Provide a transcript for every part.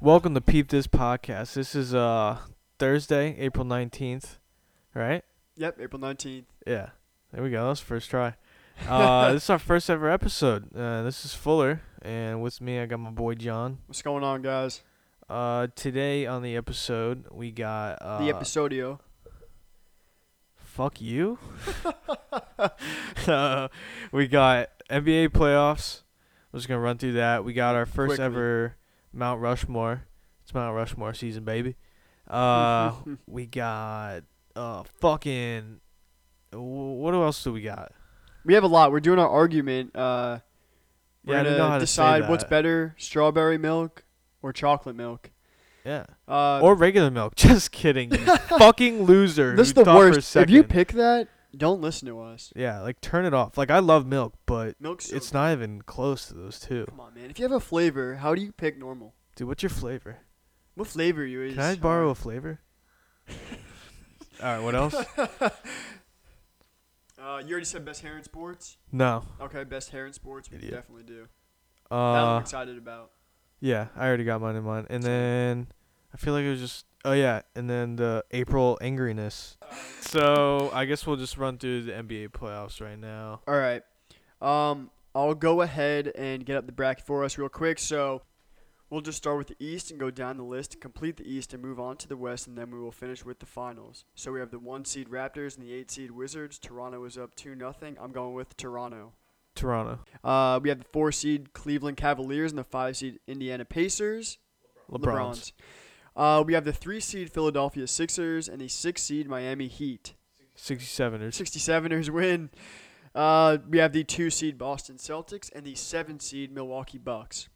Welcome to Peep This Podcast. This is uh Thursday, April nineteenth, right? Yep, April 19th. Yeah. There we go. That was the first try. Uh, this is our first ever episode. Uh, this is Fuller, and with me I got my boy John. What's going on, guys? Uh, today on the episode we got uh, the episodio. Fuck you. uh, we got NBA playoffs. I'm just gonna run through that. We got our first Quickly. ever Mount Rushmore. It's Mount Rushmore season, baby. Uh, we got uh fucking. wh- What else do we got? we have a lot. We're doing our argument. Uh, we're Yeah, I gonna didn't know how to say decide what's that. better, strawberry milk or chocolate milk. Yeah. Uh, Or regular milk. Just kidding. You fucking loser. this is who the thought for a worst. If you second- pick that, don't listen to us. Yeah, like turn it off. Like I love milk, but Milk's so it's not even close to those two. Come on, man. If you have a flavor, how do you pick normal? Dude, what's your flavor? What flavor you is? Can I borrow a flavor? All right, what else? Uh, you already said best hair in sports. No. Okay, best hair in sports. We Idiot. definitely do. that I'm Uh, excited about. yeah, I already got mine in mind. And then I feel like it was just oh yeah, and then the April angriness. So I guess we'll just run through the NBA playoffs right now. All right. Um, I'll go ahead and get up the bracket for us real quick. So we'll just start with the East and go down the list, complete the East, and move on to the West, and then we will finish with the finals. So we have the one seed Raptors and the eight seed Wizards. Toronto is up two nothing. I'm going with Toronto. Toronto, Uh, we have the four seed Cleveland Cavaliers and the five seed Indiana Pacers. LeBron's, LeBron's. Uh, we have the three seed Philadelphia Sixers and the six seed Miami Heat. 67ers, 67ers win. Uh, we have the two seed Boston Celtics and the seven seed Milwaukee Bucks.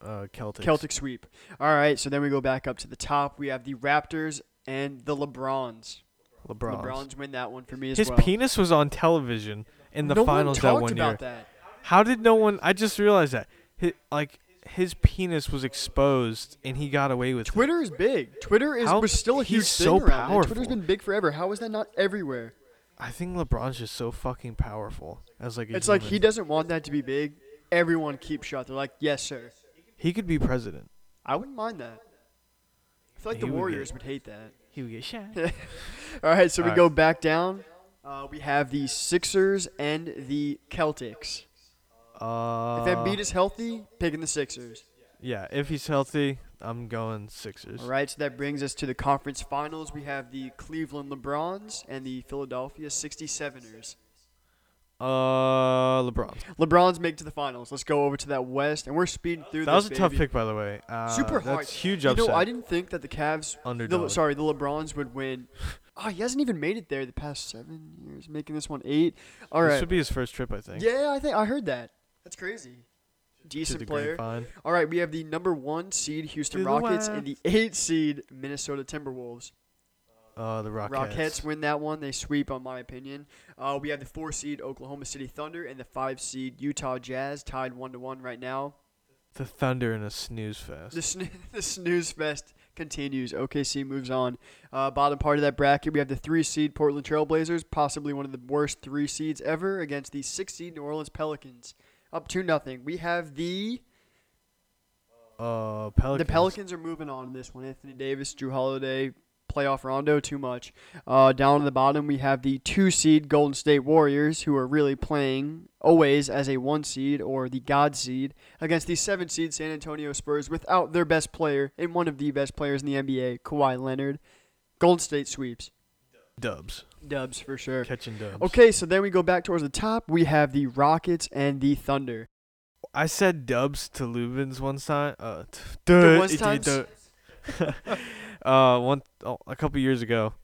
uh, Celtics. Celtic sweep. All right, so then we go back up to the top. We have the Raptors and the LeBrons. LeBron's. LeBrons win that one for me as His well. penis was on television in the no finals one that talked one year. about that. How did no one? I just realized that. Hi like his penis was exposed and he got away with it. Twitter is big. Twitter is How- was still a he's huge so thing around. it. Twitter's powerful. been big forever. How is that not everywhere? I think LeBron's just so fucking powerful. As like a It's like human. he doesn't want that to be big. Everyone keeps shut. They're like, yes, sir. He could be president. I wouldn't mind that. I feel like He would the get- Warriors would hate that. He would get shot. All right, so we All go back down. Uh, we have the Sixers and the Celtics. Uh, If Embiid is healthy, picking the Sixers. yeah, if he's healthy, I'm going Sixers. All right, so that brings us to the conference finals. We have the Cleveland LeBrons and the Philadelphia 67ers. Uh, LeBron. LeBrons make it to the finals. Let's go over to that West, and we're speeding through That was this. a tough baby. pick, by the way. Uh, Super hard. That's huge You upset. know, I didn't think that the Cavs, the, Underdog. sorry, the LeBrons would win. Oh, he hasn't even made it there the past seven years, making this one eight. All This right. would be his first trip, I think. Yeah, I think I heard that. That's crazy. to Decent the player. grand final. All right, we have the number one seed Houston To the Rockets and the West. eight seed Minnesota Timberwolves. Uh, the Rockets. Rockets. win that one. They sweep, on my opinion. Uh, we have the four seed Oklahoma City Thunder and the five seed Utah Jazz tied one to one right now. The Thunder in a snooze fest. The, sn- the snooze fest continues. OKC moves on. Uh, bottom part of that bracket, we have the three seed Portland Trailblazers, possibly one of the worst three seeds ever, against the six seed New Orleans Pelicans. Up two nothing. We have the Uh, Pelicans. the Pelicans are moving on in this one. Anthony Davis, Drew Holiday, playoff Rondo, too much. Uh, down on the bottom, we have the two seed Golden State Warriors, who are really playing always as a one seed or the God seed against the seven seed San Antonio Spurs without their best player and one of the best players in the NBA, Kawhi Leonard. Golden State sweeps. Dubs. Dubs for sure. Catching dubs. Okay, so then we go back towards the top. We have the Rockets and the Thunder. I said dubs to Lubin's one time. Uh, t- The ones it- times? it- uh, one oh, a couple years ago,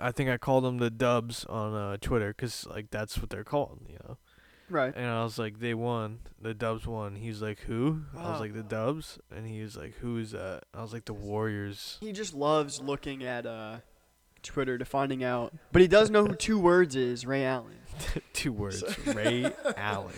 I think I called them the dubs on uh, Twitter because like that's what they're called, you know. Right. And I was like, they won. The dubs won. He was like, who? I was Oh. like, the dubs, and he was like, who is that? I was like, the Warriors. He just loves looking at uh, Twitter to finding out. But he does know who two words is, Ray Allen. Two words. Ray Allen.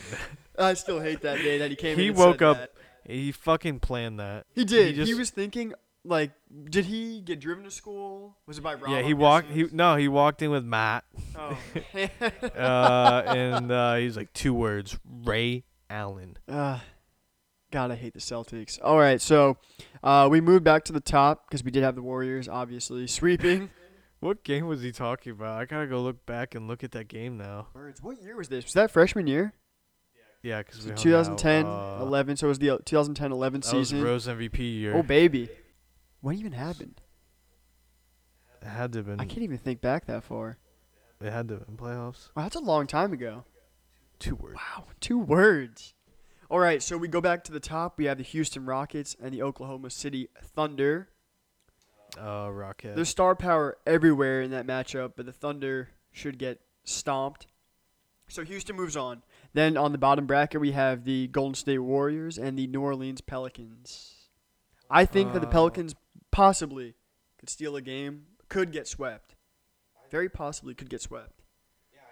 I still hate that day that he came. He in and woke said up- that. He fucking planned that. He did. He, just- was thinking like, did he get driven to school? Was it by Rob? yeah, I'm he walked. He guessing? no, he walked in with Matt. Oh. uh, and uh, he's like two words: Ray Allen. uh, God, I hate the Celtics. All right, so uh, we moved back to the top because we did have the Warriors, obviously sweeping. What game was he talking about? I gotta go look back and look at that game now. Birds, what year was this? Was that freshman year? Yeah, because So we hung out, 2010, uh, 11. So it was the 2010, 11 that season. was Rose MVP year. oh baby, what even happened? it had to have been. I can't even think back that far. It had to have been playoffs. Wow, that's a long time ago. Two words. Wow, two words. All right, so we go back to the top. We have the Houston Rockets and the Oklahoma City Thunder. Uh, Rocket. There's star power everywhere in that matchup, but the Thunder should get stomped. So Houston moves on. Then on the bottom bracket, we have the Golden State Warriors and the New Orleans Pelicans. I think that the Uh, Pelicans possibly could steal a game, could get swept. Very possibly could get swept.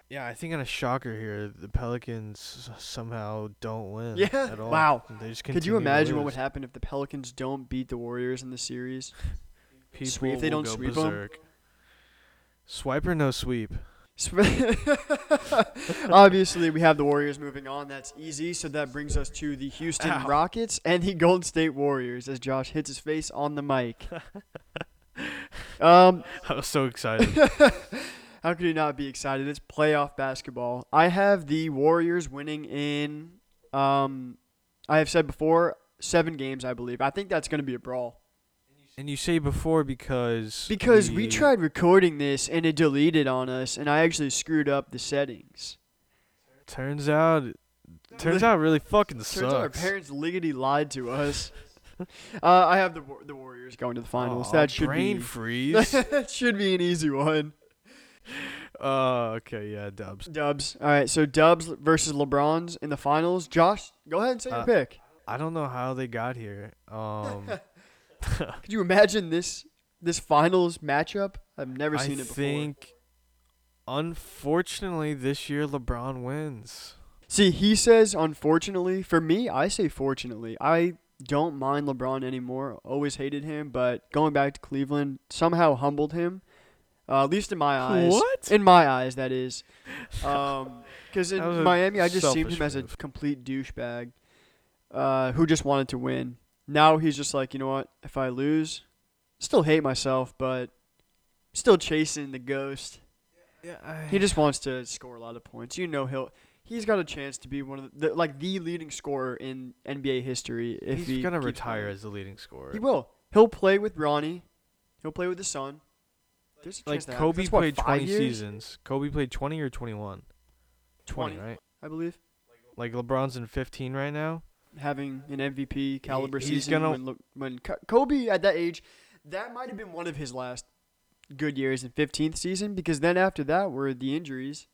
yeah, I think on a shocker here, the Pelicans s- somehow don't win. Yeah. At all. Wow. They just Could you continue to imagine what lose. would happen if the Pelicans don't beat the Warriors in the series? People Sweep- if they will don't go sweep 'em? berserk. Swipe or no sweep? Obviously, we have the Warriors moving on. That's easy. So that brings us to the Houston Ow. Rockets and the Golden State Warriors as Josh hits his face on the mic. um, I was so excited. how could you not be excited? It's playoff basketball. I have the Warriors winning in. Um, I have said before seven games, I believe. I think that's going to be a brawl. and you say before because Because we tried recording this and it deleted on us, and I actually screwed up the settings. Turns out, turns out, it really fucking Turns out our sucks. parents liggedy lied to us. uh, I have the Wa- the Warriors going to the finals. Aw, that should brain be freeze. that should be an easy one. uh, okay, yeah, Dubs. Dubs. All right, so Dubs versus LeBron's in the finals. Josh, go ahead and say your Uh, pick. I don't know how they got here. Um, Could you imagine this this finals matchup? I've never I seen it before. think, unfortunately, this year LeBron wins. See, he says unfortunately. For me, I say fortunately. I don't mind LeBron anymore. Always hated him, but going back to Cleveland somehow humbled him. Uh, at least in my eyes. What? In my eyes, that is. Because in That was a Miami, I just seen selfish him as a move. complete douchebag uh, who just wanted to win. Now he's just like, you know what? If I lose, still hate myself, but still chasing the ghost. Yeah, He just wants to score a lot of points. You know he'll he's got a chance to be one of the, the like the leading scorer in NBA history. If he's he gonna keeps retire playing. as the leading scorer. He will. He'll play with Ronnie. He'll play with his son. There's a like chance that Kobe happens. That's what, played five 20 years? seasons. Kobe played 20 or 21. 20, 20, right? I believe. Like LeBron's in 15 right now. Having an MVP caliber he's season gonna- when, Lo- when Co- Kobe at that age, that might have been one of his last good years in 15th season because then after that were the injuries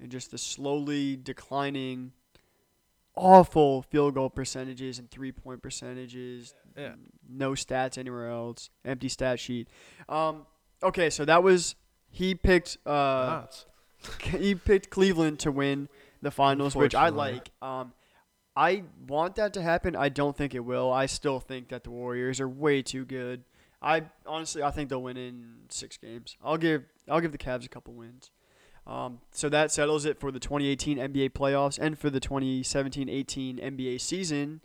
and just the slowly declining awful field goal percentages and three point percentages. Yeah. No stats anywhere else. Empty stat sheet. Um, okay, so that was he picked uh, Nuts. he picked Cleveland to win the finals, which I like. Unfortunately. Um, I want that to happen. I don't think it will. I still think that the Warriors are way too good. I honestly, I think they'll win in six games. I'll give I'll give the Cavs a couple wins. Um, so that settles it for the 2018 NBA playoffs and for the 2017-18 NBA season.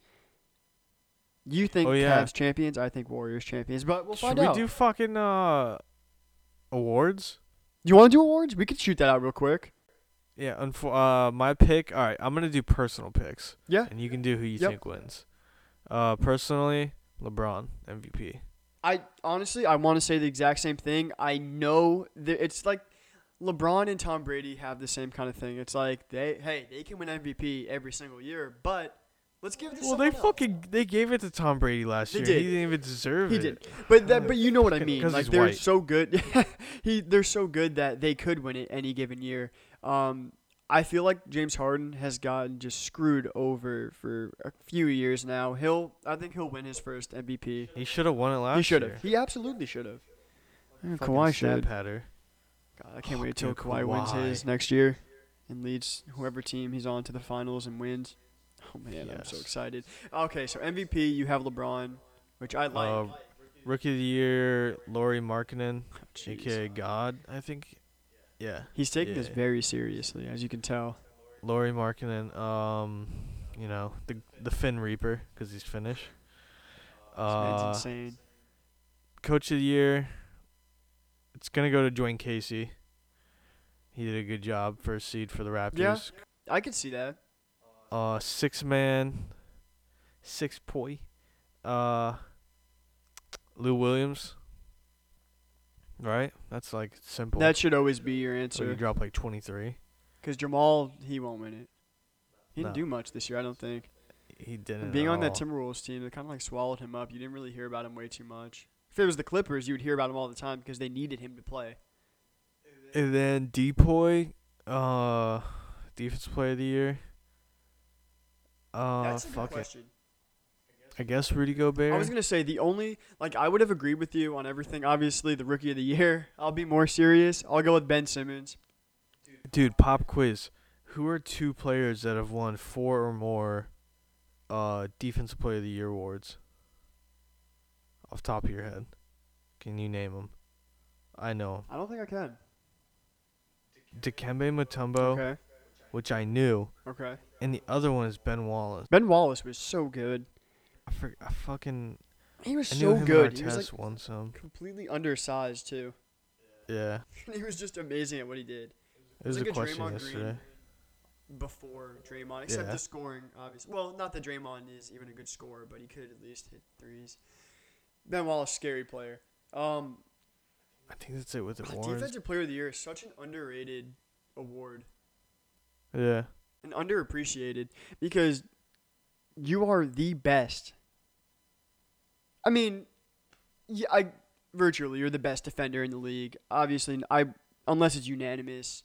You think Oh, yeah. Cavs champions? I think Warriors champions. But we'll Should find we out. do fucking uh awards? you want to do awards? We could shoot that out real quick. Yeah, unfor- uh my pick. All right, I'm going to do personal picks Yeah. and you can do who you Yep. think wins. Uh personally, LeBron MVP. I honestly, I want to say the exact same thing. I know that it's like LeBron and Tom Brady have the same kind of thing. It's like they, hey, they can win MVP every single year, but let's give it to Well, they someone else. fucking they gave it to Tom Brady last They year. did. He didn't even deserve He it. did, but that, but you know what I mean. 'Cause Like he's they're white. so good. he, they're so good that they could win it any given year. Um, I feel like James Harden has gotten just screwed over for a few years now. He'll, I think he'll win his first MVP. He should have won it last He should year. have. He absolutely should have. Fucking Kawhi stat should. patter. God, I can't wait Dude, till Kawhi, wins Kawhi. his next year and leads whoever team he's on to the finals and wins. Oh man, I'm so Yes. excited. Okay, so MVP, you have LeBron, which I like. Uh, Rookie of the year, Laurie Markkinen, Oh, Jeez. aka God, I think. Yeah, He's taking this yeah. very seriously, as you can tell. Laurie Markkinen. Um, you know, the the Finn Reaper because he's Finnish. This Uh, man's insane. coach of the year. It's gonna go to Dwayne Casey. He did a good job, first seed for the Raptors. I could see that. Uh, six man, six poi. Uh, Lou Williams. Right, that's like simple. That should always be your so you answer. drop like twenty three. Because Jamal, he won't win it. He didn't No. do much this year, I don't think. He didn't. And being at on that all. Timberwolves team, they kind of like swallowed him up. You didn't really hear about him way too much. If it was the Clippers, you would hear about him all the time because they needed him to play. And then Depoy, uh, defense player of the year. Uh, That's a good fuck it. question. I guess Rudy Gobert. I was gonna say the only like I would have agreed with you on everything. Obviously, the rookie of the year. I'll be more serious. I'll go with Ben Simmons. Dude, pop quiz. Who are two players that have won four or more uh defensive player of the year awards? Off top of your head. Can you name them? I know. I don't think I can. Dikembe Mutombo, Okay. which I knew, Okay. and the other one is Ben Wallace. Ben Wallace was so good. I, for, I fucking He was I knew so him good. and He Artest was like won some. completely undersized too. Yeah. he was just amazing at what he did. It was like a a question Draymond yesterday. Before Draymond, except Yeah. the scoring, obviously. Well, not that Draymond is even a good scorer, but he could at least hit threes. Ben Wallace, scary player. Um, I think that's it with the awards. defensive player of the year is such an underrated award. Yeah. and underappreciated because you are the best. I mean, yeah, I virtually you're the best defender in the league. Obviously, I unless it's unanimous,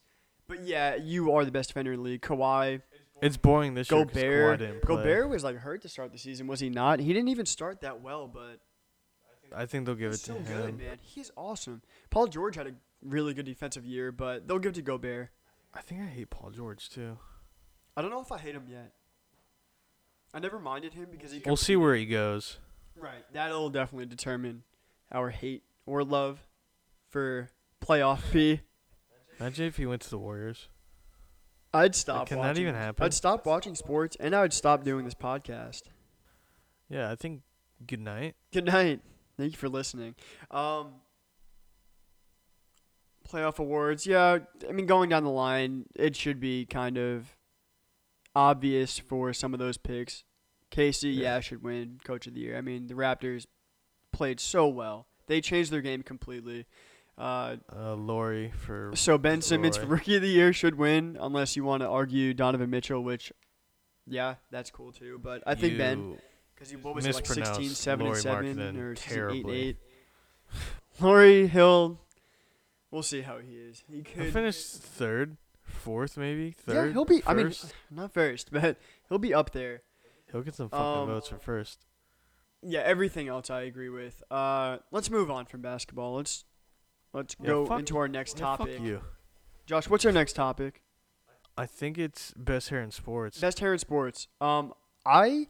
but yeah, you are the best defender in the league. Kawhi, It's boring this year. 'cause Kawhi Gobert, didn't play. Gobert was like hurt to start the season, was he not? He didn't even start that well, but I think they'll give it he's to so him. good, man. He's awesome. Paul George had a really good defensive year, but they'll give it to Gobert. I think I hate Paul George too. I don't know if I hate him yet. I never minded him because he We'll see where he goes. Right. That'll definitely determine our hate or love for playoff P. Imagine if he went to the Warriors. I'd stop. can that watching, even happen? I'd stop watching sports and I would stop doing this podcast. Yeah, I think good night. Good night. Thank you for listening. Um, playoff awards. Yeah, I mean, going down the line, it should be kind of obvious for some of those picks. Casey, yeah, Yeah. should win Coach of the Year. I mean, the Raptors played so well; they changed their game completely. Uh, Uh, Lori for so Ben Simmons for Roy. Rookie of the Year should win, unless you want to argue Donovan Mitchell, which, yeah, that's cool too. But I think Ben. you. Because he what was it, like 16, mispronounced 7, and Lauri 7, Markkanen or 8, terribly. 8. Laurie Hill, we'll see how he is. He He'll could. finish third, fourth maybe third. yeah, he'll be. I mean, first. not first, but he'll be up there. he'll get some fucking um, votes for first. Yeah, everything else I agree with. Uh, let's move on from basketball. Let's let's Yeah, go fuck- into our next Yeah, topic. Fuck you. Josh, what's our next topic? I think it's best hair in sports. Best hair in sports. Um, I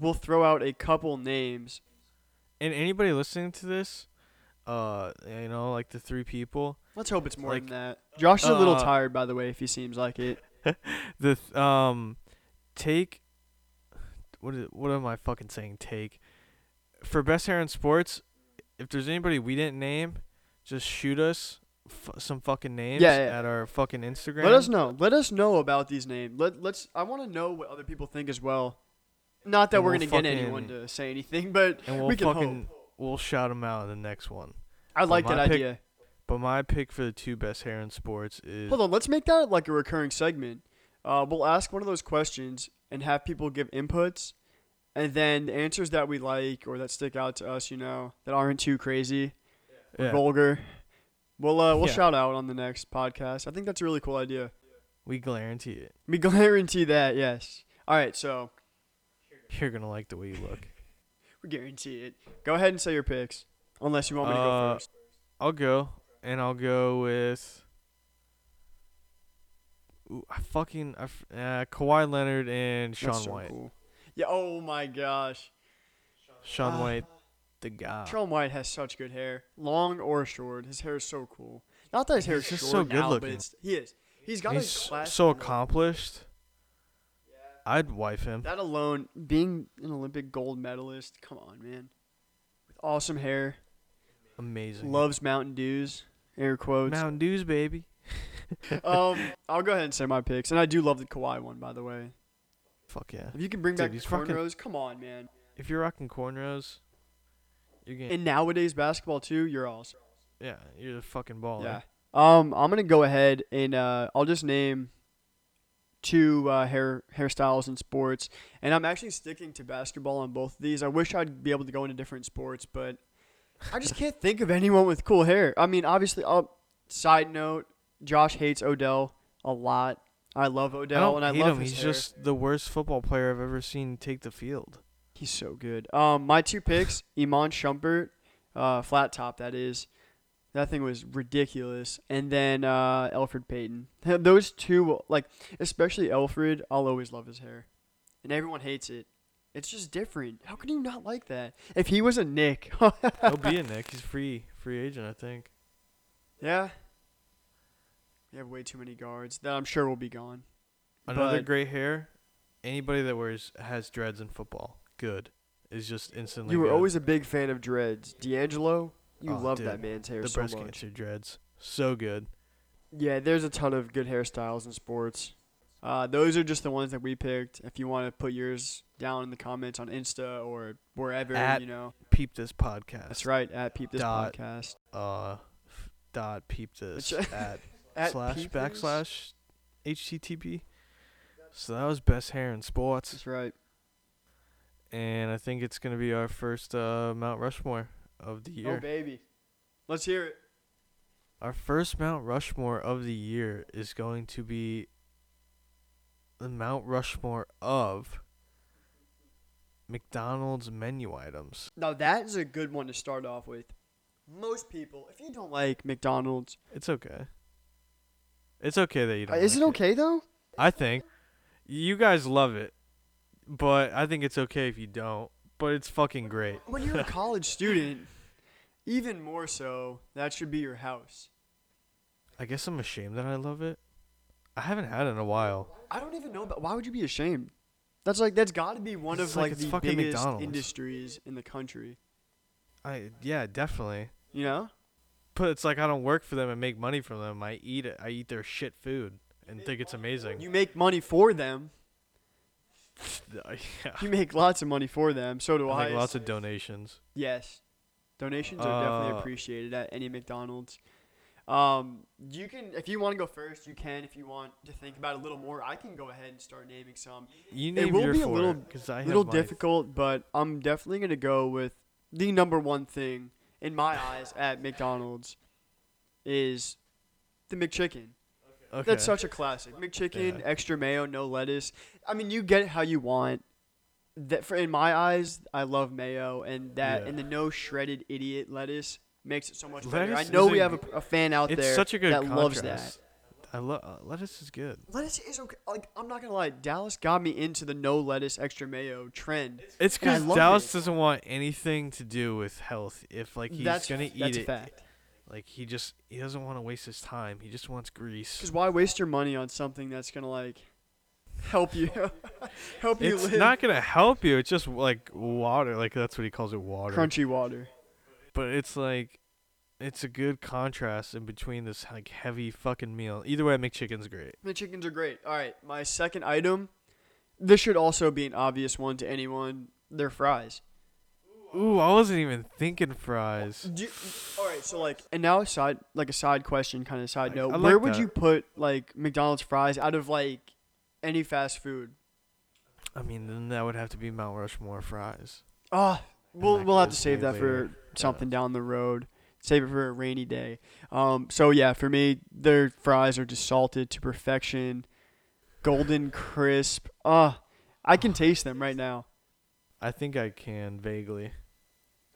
will throw out a couple names. and anybody listening to this, uh, you know, like the three people, Let's hope it's more Like, than that. Josh is a little uh, tired, by the way, if he seems like it. the th- um take what is, what am I fucking saying take for best hair in sports if there's anybody we didn't name just shoot us f- some fucking names Yeah, yeah. at our fucking Instagram Let us know. Let us know about these names. Let let's. I want to know what other people think as well. Not that And we're we'll gonna get anyone fucking- to say anything, but and we'll we can fucking hope. we'll shout them out in the next one I like my that pick- idea. but my pick for the two best hair in sports is Hold on, let's make that like a recurring segment. Uh, we'll ask one of those questions and have people give inputs, and then the answers that we like or that stick out to us, you know, that aren't too crazy, or yeah, vulgar. We'll uh, we'll Yeah. shout out on the next podcast. I think that's a really cool idea. we guarantee it We guarantee that. Yes. All right. So you're gonna like the way you look We guarantee it. Go ahead and say your picks, unless you want me to go Uh, first. I'll go, and I'll go with. Ooh, I fucking I, f- uh, Kawhi Leonard and Sean That's so White. cool. Yeah. Oh my gosh. Sean Ah. White, the guy. Sean White has such good hair, long or short. His hair is so cool. Not that his hair is He's just short so good now, but looking. it's, he is. He's got And a He's class. so accomplished. I'd wife him. That alone, being an Olympic gold medalist, come on, man. With awesome hair, Amazing. loves Mountain Dews, air quotes. Mountain Dews, baby. um, I'll go ahead and say my picks, and I do love the Kawhi one, by the way. Fuck yeah. If you can bring Dude, back the he's fucking- cornrows, come on, man. If you're rocking cornrows, you're getting And nowadays basketball too, you're awesome. yeah, you're the fucking baller. Yeah. Um, I'm gonna go ahead and uh, I'll just name two uh, hair hairstyles in sports, and I'm actually sticking to basketball on both of these. I wish I'd be able to go into different sports, but I just can't think of anyone with cool hair. I mean, obviously. Uh, side note: Josh hates Odell a lot. I love I Odell, don't and I hate love him. his He's hair. just the worst football player I've ever seen take the field. He's so good. Um, my two picks: Iman Shumpert, uh, flat top. That is, that thing was ridiculous. And then uh, Alfred Payton. Those two, like especially Alfred, I'll always love his hair, and everyone hates it. It's just different. How can you not like that? If he was a Nick, He'll be a Nick. He's free, free agent, I think. yeah. We have way too many guards that I'm sure will be gone. Another But- gray hair. Anybody that wears has dreads in football, good. Is just instantly. You were good. always a big fan of dreads, D'Angelo. You Oh, love dude. that man's hair the so breast much. cancer dreads, so good. Yeah, there's a ton of good hairstyles in sports. Uh, those are just the ones that we picked. If you want to put yours down in the comments on Insta or wherever, At- you know. Peep this podcast. That's right, at Peep This Dot. Podcast. Uh, f- dot peep this That's- at At slash Peep This- backslash HTTP. So that was best hair in sports, That's right. and I think it's gonna be our first uh, Mount Rushmore of the year. Oh, baby. Let's hear it. Our first Mount Rushmore of the year is going to be the Mount Rushmore of McDonald's menu items. Now, that is a good one to start off with. Most people, if you don't like McDonald's, It's okay. It's okay that you uh, don't. is it like okay though? I think you guys love it, but I think it's okay if you don't. But it's fucking great. When you're a college student, even more so, that should be your house. I guess I'm ashamed that I love it. I haven't had it in a while. I don't even know, but why would you be ashamed? That's like that's got to be one It's of like like, it's the fucking biggest McDonald's. industries in the country. I yeah, definitely. You know, But it's like I don't work for them and make money from them. I eat it. I eat their shit food and think it's amazing. you make money for them. Uh, yeah. You make lots of money for them. So do I I. think lots of donations. yes, donations are definitely Uh, appreciated at any McDonald's. Um, you can if you want to go first, you can. If you want to think about it a little more, I can go ahead and start naming some. You It name will your be a four, little- 'cause I A have little my- difficult, but I'm definitely gonna go with the number one thing in my eyes at McDonald's is the McChicken. Okay. That's such a classic. McChicken, Yeah. extra mayo, no lettuce. I mean, you get it how you want. That for in my eyes, I love mayo, and that Yeah. and the no shredded idiot lettuce makes it so much Lettuce better. I know is we a- have a, a fan out it's there such a good that contrast. loves that. I love uh, lettuce is good. Lettuce is okay. Like I'm not gonna lie, Dallas got me into the no lettuce, extra mayo trend. It's And I because love Dallas it. doesn't want anything to do with health. If like he's that's gonna f- eat that's it, a fact. like he just he doesn't want to waste his time. He just wants grease. Because why waste your money on something that's gonna like help you help you It's live? not gonna help you. It's just like water. Like that's what he calls it, water. crunchy water. But it's like, it's a good contrast in between this like heavy fucking meal. Either way, McChicken's great. The chickens are great. All right, my second item. This should also be an obvious one to anyone. They're fries. Ooh, I wasn't even thinking fries. Do you- all right, so like, and now a side, like a side question, kind of side I- note. I like Where would that. you put like McDonald's fries out of like any fast food? I mean, then that would have to be Mount Rushmore fries. Ah, we'll that we'll have to goes save way that for later. something down the road. Save it for a rainy day. Um, so yeah, for me, their fries are just salted to perfection, golden crisp. Ah, I can taste them right now. I think I can vaguely.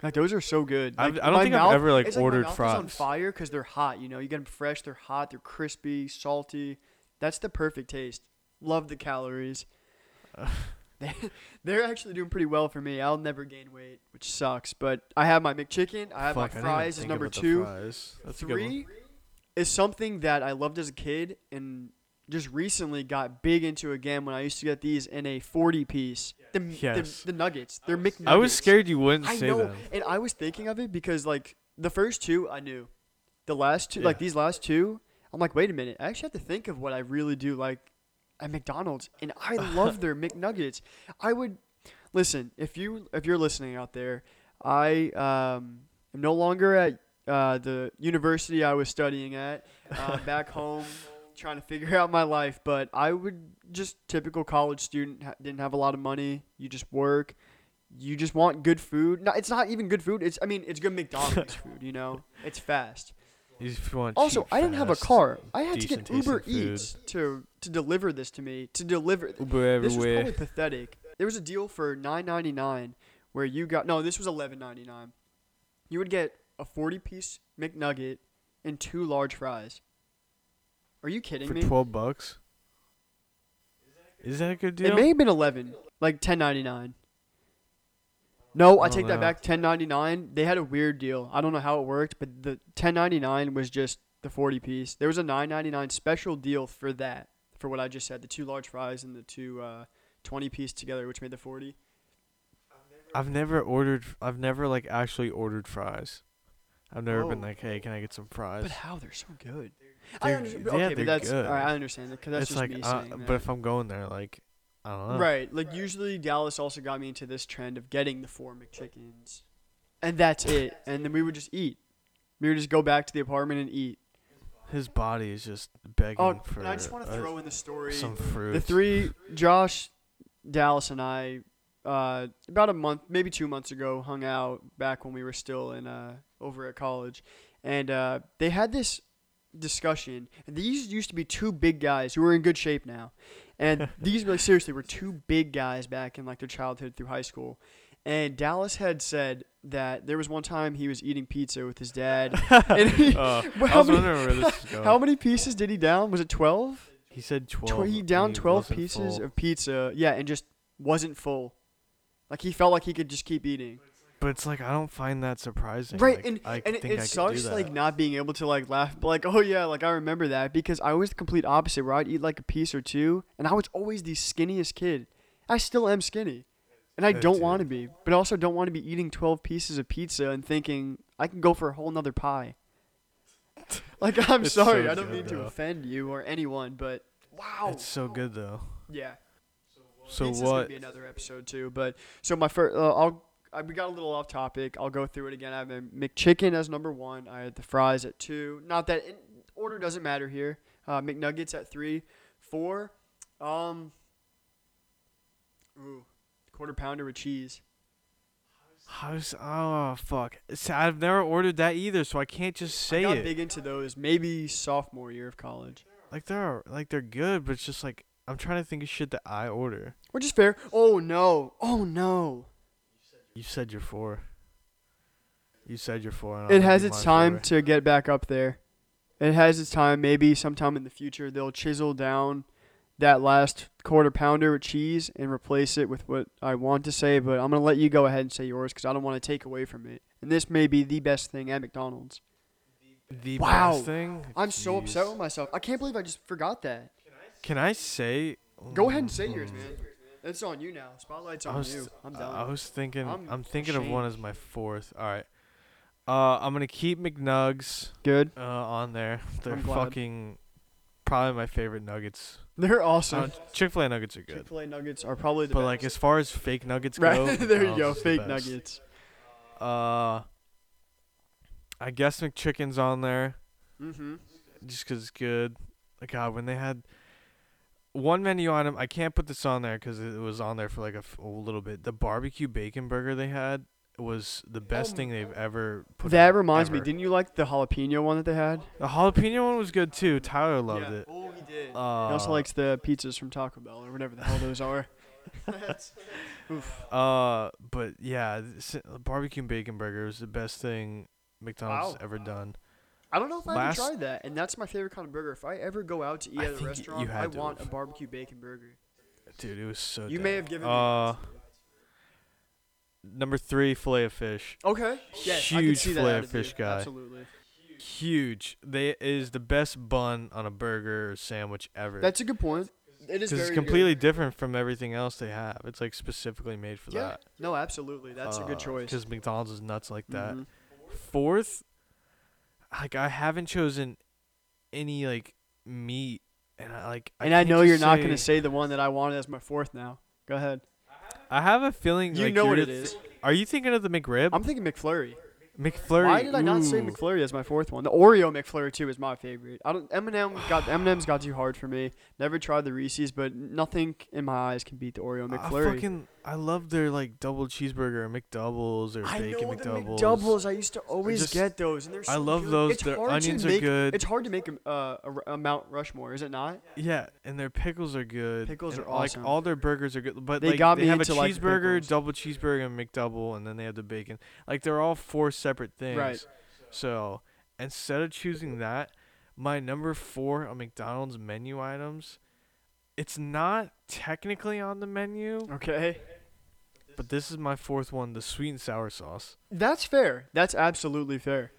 Like those are so good. I've- Like, I don't my think I've mouth- ever, like, it's ordered my mouth is on fries. fire because they're hot. You know, you get them fresh. They're hot. They're crispy, salty. That's the perfect taste. Love the calories. They- they're actually doing pretty well for me. I'll never gain weight, which sucks. But I have my McChicken. I have Fuck, I didn't my even fries is think number about the two. fries. That's a good one. Three is something that I loved as a kid and just recently got big into again when I used to get these in a 40 piece. The, Yes. the, the Nuggets. They're McNuggets. I was scared you wouldn't I say know, them. and I was thinking of it because like the first two I knew, the last two, Yeah. like these last two, I'm like, wait a minute, I actually have to think of what I really do like at McDonald's, and I love their McNuggets. I would listen if you if you're listening out there, I um, am no longer at uh, the university I was studying at, uh, back home. Trying to figure out my life, but I would just typical college student ha- didn't have a lot of money. You just work, you just want good food. No, it's not even good food. It's I mean, it's good McDonald's food. You know, it's fast. If you want Also, cheap, I didn't have a fast, car. I had to get decent-tasting Uber food. Eats to to deliver this to me. To deliver Uber this was everywhere. probably pathetic. There was a deal for nine ninety nine where you got no. This was eleven ninety nine. You would get a forty piece McNugget and two large fries. Are you kidding for me? twelve bucks. Is that a good deal? It may have been eleven, like ten ninety nine. No, I I don't take that know. back. Ten ninety nine. They had a weird deal. I don't know how it worked, but the ten ninety nine was just the forty piece. There was a nine ninety nine special deal for that, for what I just said, the two large fries and the two uh, twenty piece together, which made the forty. I've never ordered. I've never like actually ordered fries. I've never been Oh. like, hey, can I get some fries? But how they're so good. I They're- understand. yeah, Okay, they're but that's good. all right. I understand that 'cause that's it's just like, me uh, saying that. but if uh, I'm going there, like, I don't know. Right. Like usually Dallas also got me into this trend of getting the four McChickens. And that's it. And then we would just eat. We would just go back to the apartment and eat. His body is just begging Oh, for. and I just want to uh, throw in the story. some fruit. The three, Josh, Dallas, and I, uh, about a month, maybe two months ago, hung out back when we were still in uh, over at college, and uh, they had this discussion. And these used to be two big guys who were in good shape now, and these like seriously were two big guys back in like their childhood through high school. And Dallas had said that there was one time he was eating pizza with his dad. and he- Uh, Well, I how was many- wondering where this is going. How many pieces did he down? Was it twelve? he said twelve. tw- he and down he 12 wasn't pieces full. of pizza yeah and just wasn't full like he felt like he could just keep eating But it's like I don't find that surprising. right Like, and, I and think I it, could do sucks that. like not being able to like laugh but like oh yeah like i remember that because i was the complete opposite where i'd eat like a piece or two and i was always the skinniest kid i still am skinny and i Yeah, don't dude. want to be but I also don't want to be eating 12 pieces of pizza and thinking i can go for a whole nother pie like i'm It's sorry so i don't good, mean to though. offend you or anyone but wow It's so good though. yeah So Pizza's gonna what? be another episode too. But so my first, uh, I'll I, we got a little off topic. I'll go through it again. I have a McChicken as number one. I had the fries at two. Not that in, order doesn't matter here. Uh, McNuggets at three, four. Um, ooh, quarter pounder with cheese. How's oh fuck? See, I've never ordered that either, so I can't just say got it. big into those. Maybe sophomore year of college, Like they're like they're good, but it's just like I'm trying to think of shit that I order. which is fair. Oh no! Oh no! You said you're four. You said you're four. And I'll it give has you its my time four. to get back up there. It has its time. Maybe sometime in the future they'll chisel down that last quarter pounder with cheese and replace it with what I want to say. But I'm gonna let you go ahead and say yours because I don't want to take away from it. And this may be the best thing at McDonald's. the Wow. best thing. I'm so Jeez. upset with myself. I can't believe I just forgot that. Can I say? Go ahead and say Mm. yours, man. It's on you now. Spotlight's I on was, you. I'm done. Uh, I was thinking. I'm I'm, thinking of one as my fourth. All right. Uh, I'm gonna keep McNugs Good. uh, on there. They're I'm glad. fucking probably my favorite nuggets. They're awesome. Chick Fil A nuggets are good, Chick Fil A nuggets are probably the but best. like as far as fake nuggets go, right there you McDonald's go, is the fake best. nuggets. Uh, I guess McChicken's on there Mm-hmm. just 'cause it's good. God, when they had one menu item, I can't put this on there 'cause it was on there for like a, f- a little bit. The barbecue bacon burger they had was Oh the best thing they've ever put. That out, reminds me. ever. Didn't you like the jalapeno one that they had? the jalapeno one was good too. Tyler loved it. Oh, he did. Uh, he also likes the pizzas from Taco Bell or whatever the hell those are. Oof. Uh, but yeah, this, barbecue and bacon burger was the best thing McDonald's Wow. ever done. I don't know if Last- I ever tried that, and that's my favorite kind of burger. If I ever go out to eat I at think a you restaurant, had I to want a have. barbecue bacon burger. Dude, it was so. You dope. may have given me Uh, number three, fillet of fish. Okay. Yes, I can Huge see that filet out of of you. fish guy. Absolutely. huge. They is the best bun on a burger or sandwich ever. That's a good point. It is because it's very completely good. different from everything else they have. It's like specifically made for Yeah, that. no, absolutely. That's a good choice. Because McDonald's is nuts like Uh, that. Mhm. Fourth, like I haven't chosen any like meat, and I like. And I can't know just you're not going to say- say the one that I wanted as my fourth now. Go ahead. I have a feeling You like, know you're what it th- is. Are you thinking of the McRib? I'm thinking McFlurry. McFlurry. Why did I not say ooh. McFlurry as my fourth one? The Oreo McFlurry too is my favorite. I don't Eminem got Eminem's got too hard for me. Never tried the Reese's, but nothing in my eyes can beat the Oreo I McFlurry. fucking I love their like double cheeseburger or McDoubles or I bacon know McDoubles. the McDoubles. I used to always just- get those, and they're. So I love good. those. It's Their hard to onions are make- good. It's hard to make a, uh, a r- a Mount Rushmore, is it not? Yeah, and their pickles are good. Pickles and, are awesome. Like all their burgers are good, but They like, got they me have into, a like, cheeseburger, pickles. double cheeseburger, and McDouble, and then they have the bacon. Like they're all four separate things. Right. So instead of choosing that, my number four on McDonald's menu items, it's not technically on the menu, Okay, but this is my fourth one: the sweet and sour sauce. that's fair. That's absolutely fair.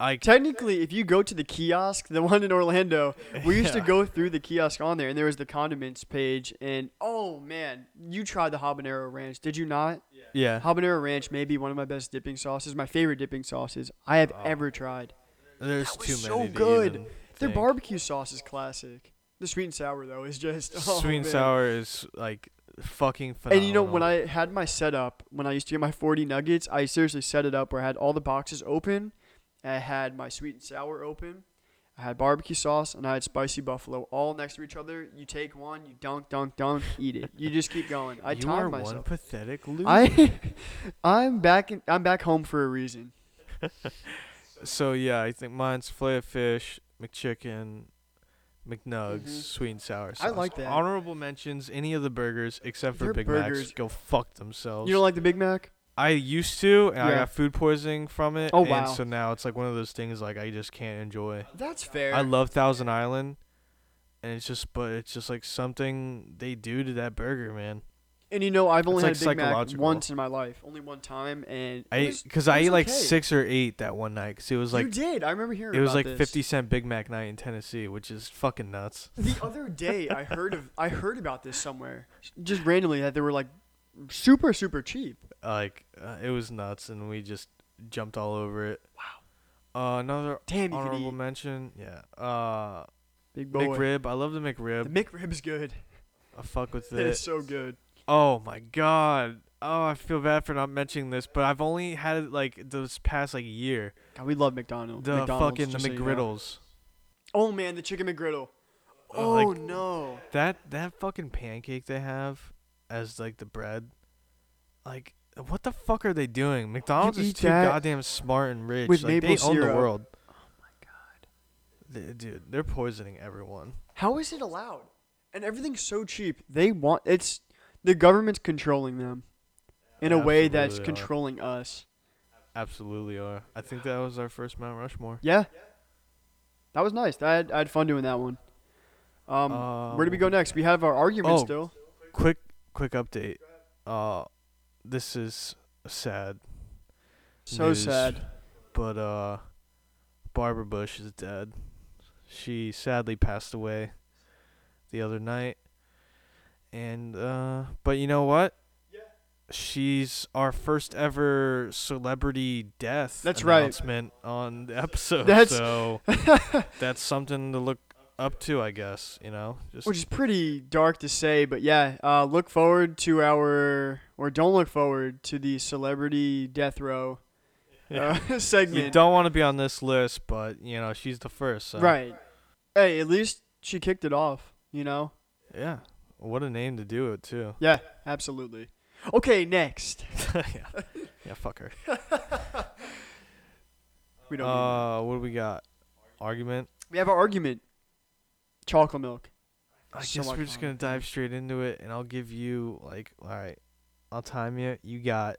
I Technically, if you go to the kiosk, the one in Orlando, we used to Yeah. go through the kiosk on there, and there was the condiments page. And oh man, you tried the habanero ranch, did you not? yeah. Habanero ranch may be one of my best dipping sauces, my favorite dipping sauces I have Oh. ever tried. There's That was too so many. to good. even Their think. barbecue sauce is classic. The sweet and sour though is just oh, Sweet and man. sour is like fucking phenomenal. And you know, when I had my setup, when I used to get my 40 nuggets, I seriously set it up where I had all the boxes open. I had my sweet and sour open. I had barbecue sauce and I had spicy buffalo all next to each other. You take one, you dunk, dunk, dunk, eat it. You just keep going. I you timed are one myself. pathetic loser. I, I'm back. In, I'm back home for a reason. so yeah, I think mine's filet of fish, McChicken, McNugs, Mhm. sweet and sour. Sauce. I like that. Honorable mentions: any of the burgers except for Their Big burgers- Macs go fuck themselves. You don't like the Big Mac? I used to, and I Yeah. got food poisoning from it. Oh, and wow. So now it's like one of those things like I just can't enjoy. That's fair. I love Thousand Island, and it's just but it's just like something they do to that burger, man. and you know, I've only had It's, a like, Big Mac psychological. once in my life, only one time, and it I was- because it I was ate like okay. six or eight that one night because it was like you did. I remember hearing. it was about like this. fifty cent Big Mac night in Tennessee, which is fucking nuts. The other day, I heard of I heard about this somewhere, just randomly that they were like super super cheap. Like uh, it was nuts, and we just jumped all over it. Wow. Uh, another Damn, you could honorable eat. mention, yeah. Uh, big boy. McRib. I love the The McRib. McRib's good. I fuck with It is it. so good. Oh my god. Oh, I feel bad for not mentioning this, but I've only had it like this past like year. God, we love McDonald's. The McDonald's, fucking the just so you know. McGriddles. Oh man, the chicken McGriddle. Uh, Oh like- no. That that fucking pancake they have as like the bread, like what the fuck are they doing? McDonald's is eat too that goddamn smart and rich. with like they maple own the syrup. Oh world. They- dude, they're poisoning everyone. How is it allowed? And everything's so cheap. They want it's the government's controlling them in a way that's Absolutely are. controlling us. Absolutely are. I think that was our first Mount Rushmore. Yeah. That was nice. I had, I had fun doing that one. Um, where do we go Um, next? We have our argument oh. still. Quick quick update. Uh, this is sad, So news, sad. but uh, Barbara Bush is dead. She sadly passed away the other night. And uh, but you know what? She's our first ever celebrity death That's right. announcement on the episode. That's- so that's something to look up to, I guess. You know, just Which is pretty dark to say, but yeah, uh, look forward to our, or don't look forward to the celebrity death row uh, Yeah. segment. you don't want to be on this list, but you know she's the first. So. Right. Hey, at least she kicked it off, you know? Yeah. What a name to do it too. Yeah, absolutely. Okay, next. yeah. Yeah. Fuck her. We don't. need that. Uh, what do we got? Argument. we have our argument. Chocolate milk. I So guess much we're just fun. gonna dive straight into it, and I'll give you like, all right, I'll time you. You got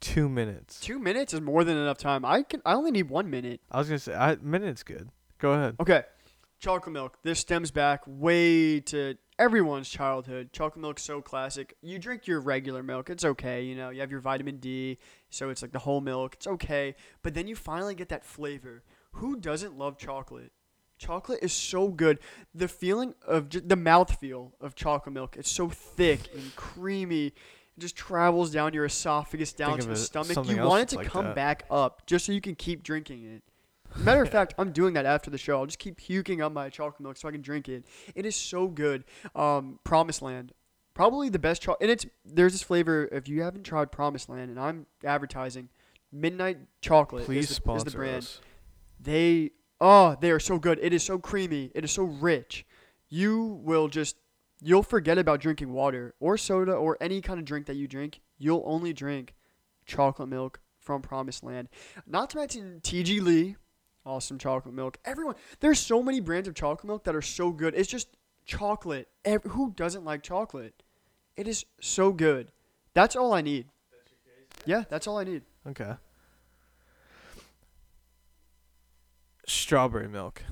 two minutes. Two minutes is more than enough time. I can. I only need one minute. I was gonna say, I, minutes good. Go ahead. Okay. Chocolate milk. This stems back way to everyone's childhood. Chocolate milk's so classic. You drink your regular milk, it's okay, you know. You have your vitamin D, so it's like the whole milk. It's okay. But then you finally get that flavor Who doesn't love chocolate? Chocolate is so good. The feeling of ju- the mouthfeel of chocolate milk, it's so thick and creamy. It just travels down your esophagus, down of to the it- stomach. something You else want it that's to like come that. back up just so you can keep drinking it. Matter of fact, I'm doing that after the show. I'll just keep puking up my chocolate milk so I can drink it. It is so good. Um, Promised Land, probably the best chocolate. And it's there's this flavor. If you haven't tried Promised Land, and I'm advertising Midnight Chocolate, Please is, the, is sponsor the brand. us. They oh, they are so good. It is so creamy. It is so rich. You will just you'll forget about drinking water or soda or any kind of drink that you drink. You'll only drink chocolate milk from Promised Land. Not to mention TG Lee, awesome chocolate milk. Everyone, there's so many brands of chocolate milk that are so good. It's just chocolate. Ev- who doesn't like chocolate? It is so good. That's all I need. Yeah, that's all I need. Okay. Strawberry milk.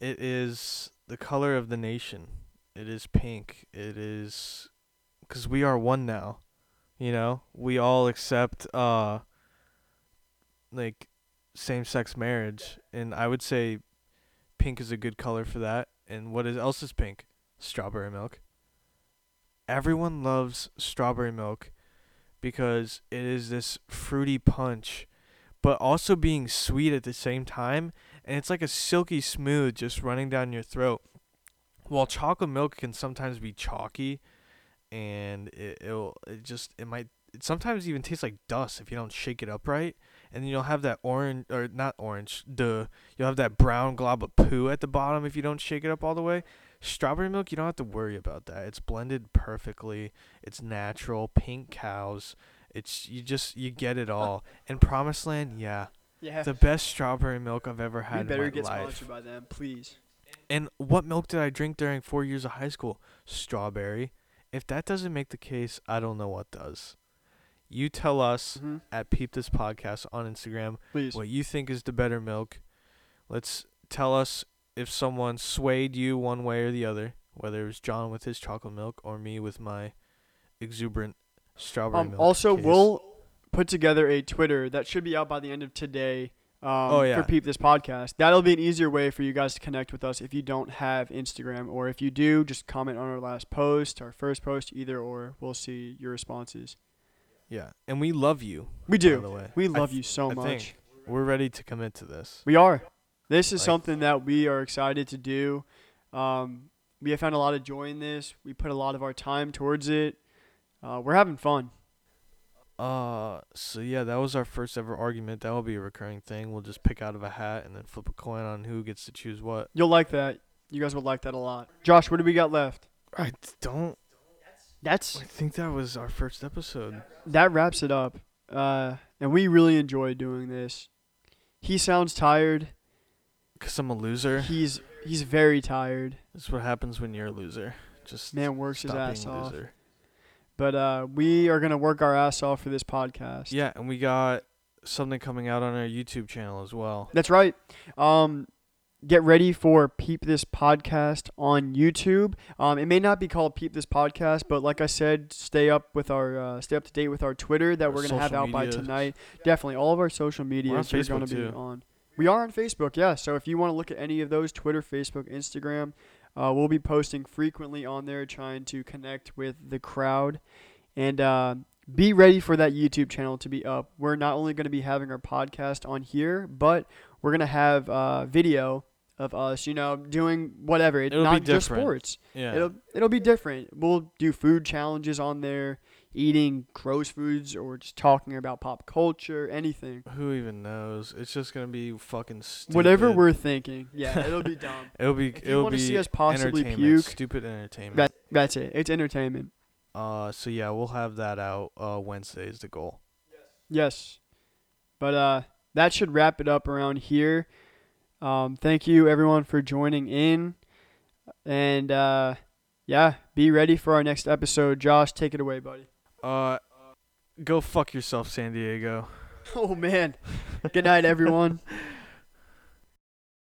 It is the color of the nation. It is pink. It is cuz we are one now. You know, we all accept uh like same-sex marriage and I would say pink is a good color for that. And what is else is pink? Strawberry milk. Everyone loves strawberry milk because it is this fruity punch, but also being sweet at the same time. And it's like a silky smooth just running down your throat. While chocolate milk can sometimes be chalky, and it, it'll it just it might it sometimes even tastes like dust if you don't shake it up right. And then you'll have that orange or not orange, the you'll have that brown glob of poo at the bottom if you don't shake it up all the way. Strawberry milk, you don't have to worry about that. It's blended perfectly it's natural pink cows it's you just you get it all and promised land yeah Yeah. the best strawberry milk i've ever We had in better my get life sponsored by them, please. and what milk did i drink during four years of high school strawberry if that doesn't make the case i don't know what does you tell us hmm at peep this podcast on instagram Please. what you think is the better milk. Let's tell us if someone swayed you one way or the other, whether it was John with his chocolate milk or me with my exuberant strawberry Um, milk. also, case. we'll put together a Twitter that should be out by the end of today. Um, Oh, yeah. For Peep This Podcast. That'll be an easier way for you guys to connect with us if you don't have Instagram. Or if you do, just comment on our last post, our first post, either or. We'll see your responses. yeah, and we love you. We By the do. way, We I love th- you so I much. think we're ready to commit to this. We are. This is Like- something that we are excited to do. Um, we have found a lot of joy in this. We put a lot of our time towards it. Uh, we're having fun. Uh, so yeah, that was our first ever argument. That will be a recurring thing. We'll just pick out of a hat and then flip a coin on who gets to choose what. You'll like that. You guys would like that a lot. Josh, what do we got left? I don't. That's I think that was our first episode. that wraps it up. Uh, and we really enjoy doing this. He sounds tired. Cause I'm a loser. He's he's very tired. That's what happens when you're a loser. Just Man works his stop ass being a off. loser. But uh, we are gonna work our ass off for this podcast. Yeah, and we got something coming out on our YouTube channel as well. That's right. Um, get ready for Peep This Podcast on YouTube. Um, it may not be called Peep This Podcast, but like I said, stay up with our uh, stay up to date with our Twitter that Our we're gonna have social out by medias. tonight. Definitely, all of our social media are Facebook gonna be too. on. We are on Facebook, yeah. So if you want to look at any of those, Twitter, Facebook, Instagram, uh, we'll be posting frequently on there, trying to connect with the crowd, and. Uh, be ready for that YouTube channel to be up. We're not only going to be having our podcast on here, but we're going to have uh, video of us, you know, doing whatever. It's It'll be not just different. sports. Yeah. It'll it'll be different. We'll do food challenges on there, eating gross foods or just talking about pop culture, anything. Who even knows? It's just gonna be fucking stupid. Whatever we're thinking. Yeah, it'll be dumb. It'll be. If you it'll want be to see us possibly entertainment. puke, Stupid entertainment. that, that's it. It's entertainment. uh. So yeah, we'll have that out. Uh, Wednesday is the goal. Yes. But uh, that should wrap it up around here. Um, thank you, everyone, for joining in. And uh, yeah, be ready for our next episode. Josh, take it away, buddy. Uh, go fuck yourself, San Diego. Oh, man. Good night, everyone.